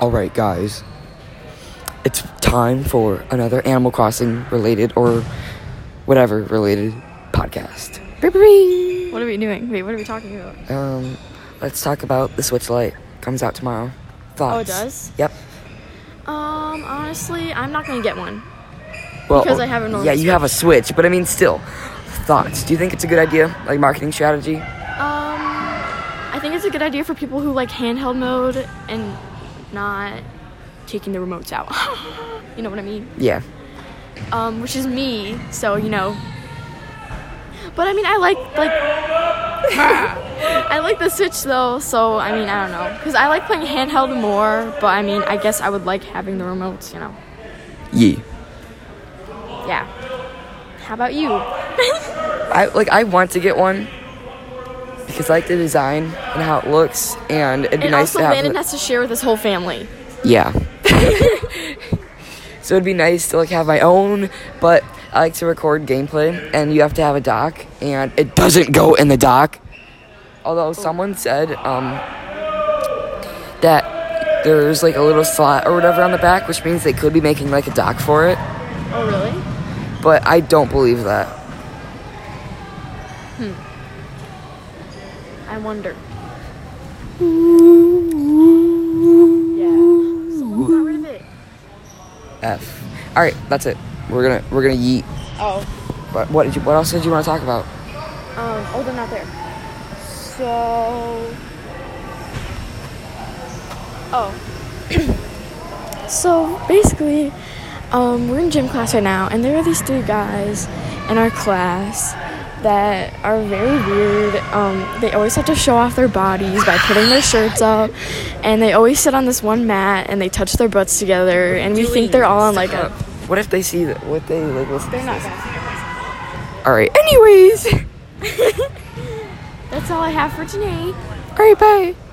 All right, guys. It's time for another Animal Crossing related or whatever related podcast. Beep, beep, What are we doing? Wait, what are we talking about? beep. Um, let's talk about the Switch Lite. Comes out tomorrow. Thoughts? Oh, it does? Yep. Um, honestly, I'm not gonna get one. Well, Because I have a normal Yeah, you have a Switch, but I mean, still. Thoughts? Do you think it's a good idea, like marketing strategy? Um, I think it's a good idea for people who like handheld mode and not taking the remotes out. you know what I mean? Yeah. Um, which is me, so you know. But I mean, I like like I like the Switch though, so I mean, I don't know, because I like playing handheld more. But I mean, I guess I would like having the remotes, you know. Yee. Yeah. How about you? I like I want to get one because I like the design and how it looks, and it'd be And nice also, to have. Landon the- has to share with his whole family. yeah. so it'd be nice to like have my own, but I like to record gameplay, and you have to have a dock, and it doesn't go in the dock. Although someone said um, that there's like a little slot or whatever on the back, which means they could be making like a dock for it, Oh, really? but I don't believe that. I wonder. Yeah. So we got rid of it. F. All right, that's it. We're gonna we're gonna yeet. Oh. But what did you, what else did you want to talk about? Um, oh, they're not there. So. Oh. so basically, um, we're in gym class right now, and there are these three guys in our class that are very weird. Um, they always have to show off their bodies by putting their shirts up, and they always sit on this one mat and they touch their butts together, and we think they're all on like a. Uh, What if they see that? What they like listen? They're to not this? gonna. All right. Anyways, that's all I have for today. All right. Bye.